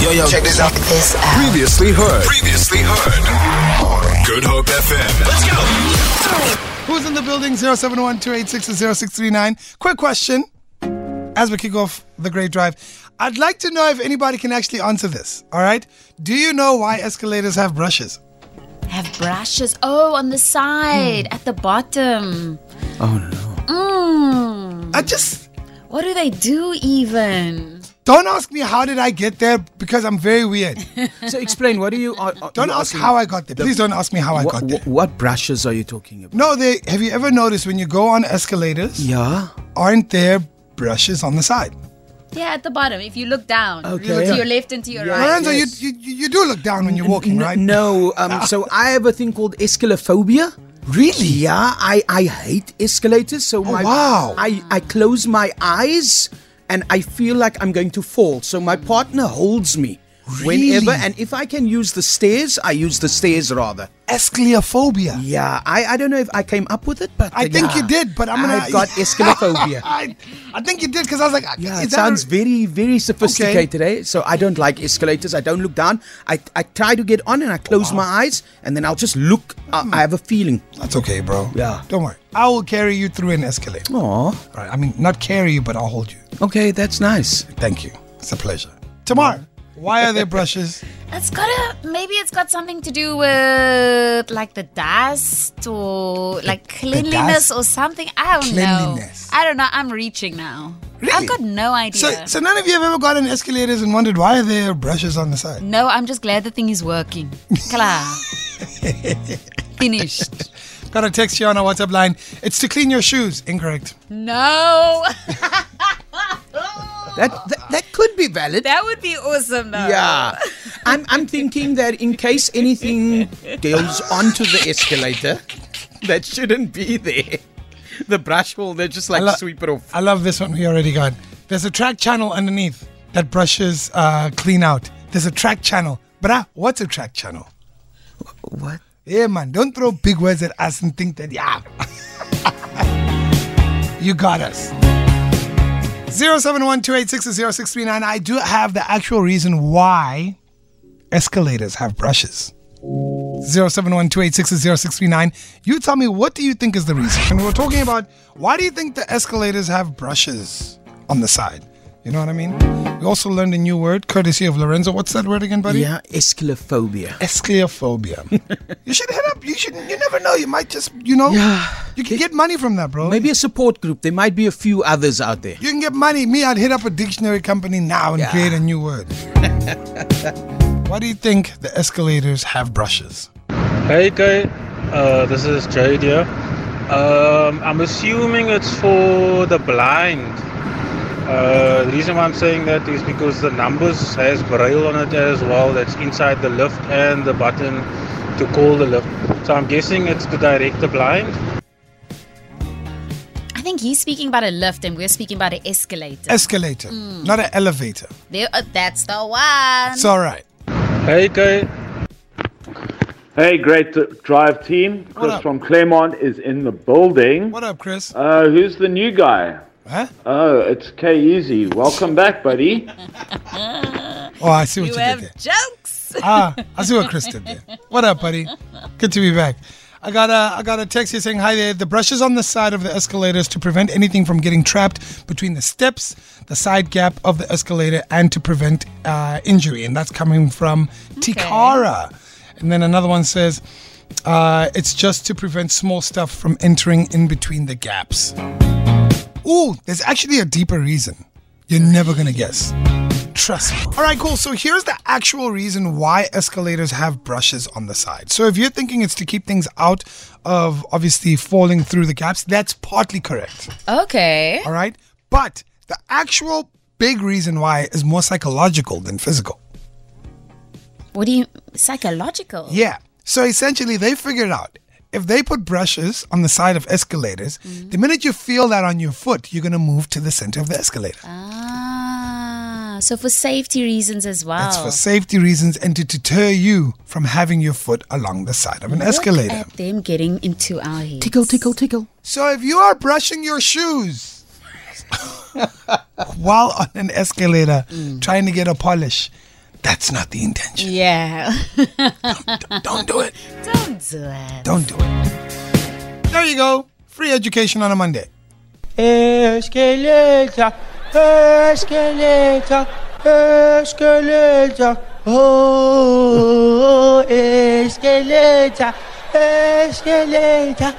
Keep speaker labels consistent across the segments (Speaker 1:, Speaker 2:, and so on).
Speaker 1: Yo, yo, check this out.
Speaker 2: This out.
Speaker 3: Previously heard.
Speaker 1: Previously heard. Good Hope FM. Let's go.
Speaker 4: Who's in the building? 071 286 0639. Quick question as we kick off the great drive. I'd like to know if anybody can actually answer this. All right. Do you know why escalators have brushes?
Speaker 2: Have brushes. Oh, on the side, at the bottom. Oh no. Mm.
Speaker 4: I just
Speaker 2: What do they do even?
Speaker 4: don't ask me how did I get there because I'm very weird.
Speaker 5: So explain. What do you? Are, are
Speaker 4: Don't
Speaker 5: you
Speaker 4: ask
Speaker 5: asking-
Speaker 4: how I got there. Please don't ask me how I
Speaker 5: What,
Speaker 4: got there.
Speaker 5: what, what brushes are you talking about?
Speaker 4: No, they have you ever noticed when you go on escalators,
Speaker 5: Yeah.
Speaker 4: aren't there brushes on the side?
Speaker 2: Yeah, at the bottom. If you look down,
Speaker 5: Okay.
Speaker 2: you look to
Speaker 5: Yeah.
Speaker 2: your left and to your
Speaker 5: Yeah.
Speaker 2: right.
Speaker 4: Lorenzo, you,
Speaker 5: yes.
Speaker 4: you you you do look down when you're walking,
Speaker 5: N-
Speaker 4: right? Ah.
Speaker 5: No. Um, so I have a thing called escalophobia. Really? Yeah. I, I hate escalators. So my
Speaker 4: Oh, wow.
Speaker 5: I I close my eyes and I feel like I'm going to fall. So my partner holds me. Whenever
Speaker 4: Really?
Speaker 5: and if I can use the stairs, I use the stairs rather.
Speaker 4: Escalophobia.
Speaker 5: Yeah, I, I don't know if I came up with it, but
Speaker 4: I think
Speaker 5: yeah.
Speaker 4: you did, but I'm gonna.
Speaker 5: I've got escalophobia.
Speaker 4: I, I think you did because I was like, is
Speaker 5: Yeah, it
Speaker 4: that a-
Speaker 5: sounds very, very sophisticated, eh? So I don't like escalators. I don't look down. I, I try to get on and I close my eyes and then I'll just look. I, I have a feeling.
Speaker 4: That's okay, bro.
Speaker 5: Yeah.
Speaker 4: Don't worry. I will carry you through an escalator.
Speaker 5: Oh,
Speaker 4: All right. I mean, not carry you, but I'll hold you.
Speaker 5: okay, that's nice.
Speaker 4: Thank you. It's a pleasure. Tomorrow. Why are there brushes?
Speaker 2: It's gotta maybe it's got something to do with like the dust or like cleanliness
Speaker 4: dust?
Speaker 2: or something. I don't
Speaker 4: Cleanliness.
Speaker 2: know. I don't know. I'm reaching now.
Speaker 4: Really?
Speaker 2: I've got no
Speaker 4: So,
Speaker 2: idea.
Speaker 4: so none of you have ever gotten escalators and wondered why are there brushes on the side?
Speaker 2: no, I'm just glad the thing is working. Klar. Finished.
Speaker 4: Got a text here on our WhatsApp line. It's to clean your shoes. Incorrect.
Speaker 2: No.
Speaker 5: That that, that could be valid.
Speaker 2: That would be awesome though.
Speaker 5: Yeah. I'm, I'm thinking that in case anything goes onto the escalator, that shouldn't be there. The brush will, they just like
Speaker 4: lo-
Speaker 5: sweep it off.
Speaker 4: I love this one. We already got. There's a track channel underneath that brushes uh, clean out. There's a track channel. Bruh, what's a track channel?
Speaker 5: What?
Speaker 4: Yeah, man, don't throw big words at us and think that, yeah. you got us. 71 0639 I do have the actual reason why escalators have brushes. 71 0639 You tell me, what do you think is the reason? And we're talking about, why do you think the escalators have brushes on the side? You know what I mean? We also learned a new word, courtesy of Lorenzo. What's that word again, buddy?
Speaker 5: Yeah, escalophobia.
Speaker 4: Escleophobia. you should hit up. You should. You never know. You might just. You know. You can get money from that, bro.
Speaker 5: Maybe a support group. There might be a few others out there.
Speaker 4: You can get money. Me, I'd hit up a dictionary company now and
Speaker 5: Yeah.
Speaker 4: create a new word. Why do you think the escalators have brushes?
Speaker 6: Hey guy, uh, this is Jade here. Um, I'm assuming it's for the blind. Uh, the reason why I'm saying that is because the numbers has braille on it as well. That's inside the lift and the button to call the lift. So I'm guessing it's to direct the blind.
Speaker 2: I think he's speaking about a lift and we're speaking about an escalator.
Speaker 4: Escalator, not an elevator.
Speaker 2: There- uh, that's the one.
Speaker 4: It's all right.
Speaker 6: Hey guy,
Speaker 7: Hey, great t- drive team.
Speaker 4: What
Speaker 7: Chris
Speaker 4: up?
Speaker 7: from Claremont is in the building.
Speaker 4: What up, Chris?
Speaker 7: Uh, who's the new guy?
Speaker 4: huh?
Speaker 2: uh,
Speaker 7: Oh, it's K Easy. Welcome back, buddy.
Speaker 4: Oh, I see what
Speaker 2: you
Speaker 4: you,
Speaker 2: have
Speaker 4: did there.
Speaker 2: jokes.
Speaker 4: Ah, I see what Chris did there. What up, buddy? Good to be back. I got a I got a text here saying hi there. The brushes on the side of the escalators to prevent anything from getting trapped between the steps, the side gap of the escalator, and to prevent uh, injury. And that's coming from Tikara. And then another one says, uh, it's just to prevent small stuff from entering in between the gaps. Ooh, there's actually a deeper reason. You're never gonna guess. Trust me. All right, cool. So here's the actual reason why escalators have brushes on the side. So if you're thinking it's to keep things out of obviously falling through the gaps, that's partly correct.
Speaker 2: Okay.
Speaker 4: All right. But the actual big reason why is more psychological than physical.
Speaker 2: What do you psychological?
Speaker 4: Yeah. So essentially, they figured out if they put brushes on the side of escalators, the minute you feel that on your foot, you're going to move to the center of the escalator.
Speaker 2: Ah, so for safety reasons as well.
Speaker 4: It's for safety reasons and to deter you from having your foot along the side of an escalator.
Speaker 2: Look at them getting into our heads.
Speaker 5: Tickle, tickle, tickle.
Speaker 4: So if you are brushing your shoes while on an escalator trying to get a polish, That's not the intention.
Speaker 2: Yeah.
Speaker 4: Don't do it.
Speaker 2: Don't do it.
Speaker 4: Don't do it. There you go. Free education on a Monday.
Speaker 5: Eskeleta, eskeleta, eskeleta, oh, eskeleta, eskeleta.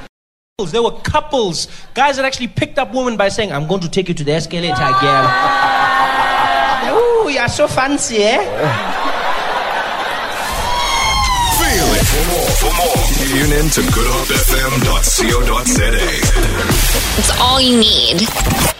Speaker 5: There were couples, guys that actually picked up women by saying, I'm going to take you to the escalator again. Ooh, you are so fancy, eh?
Speaker 1: Feel it. For more, for more, tune in to goodhopefm.co.za.
Speaker 8: It's all you need.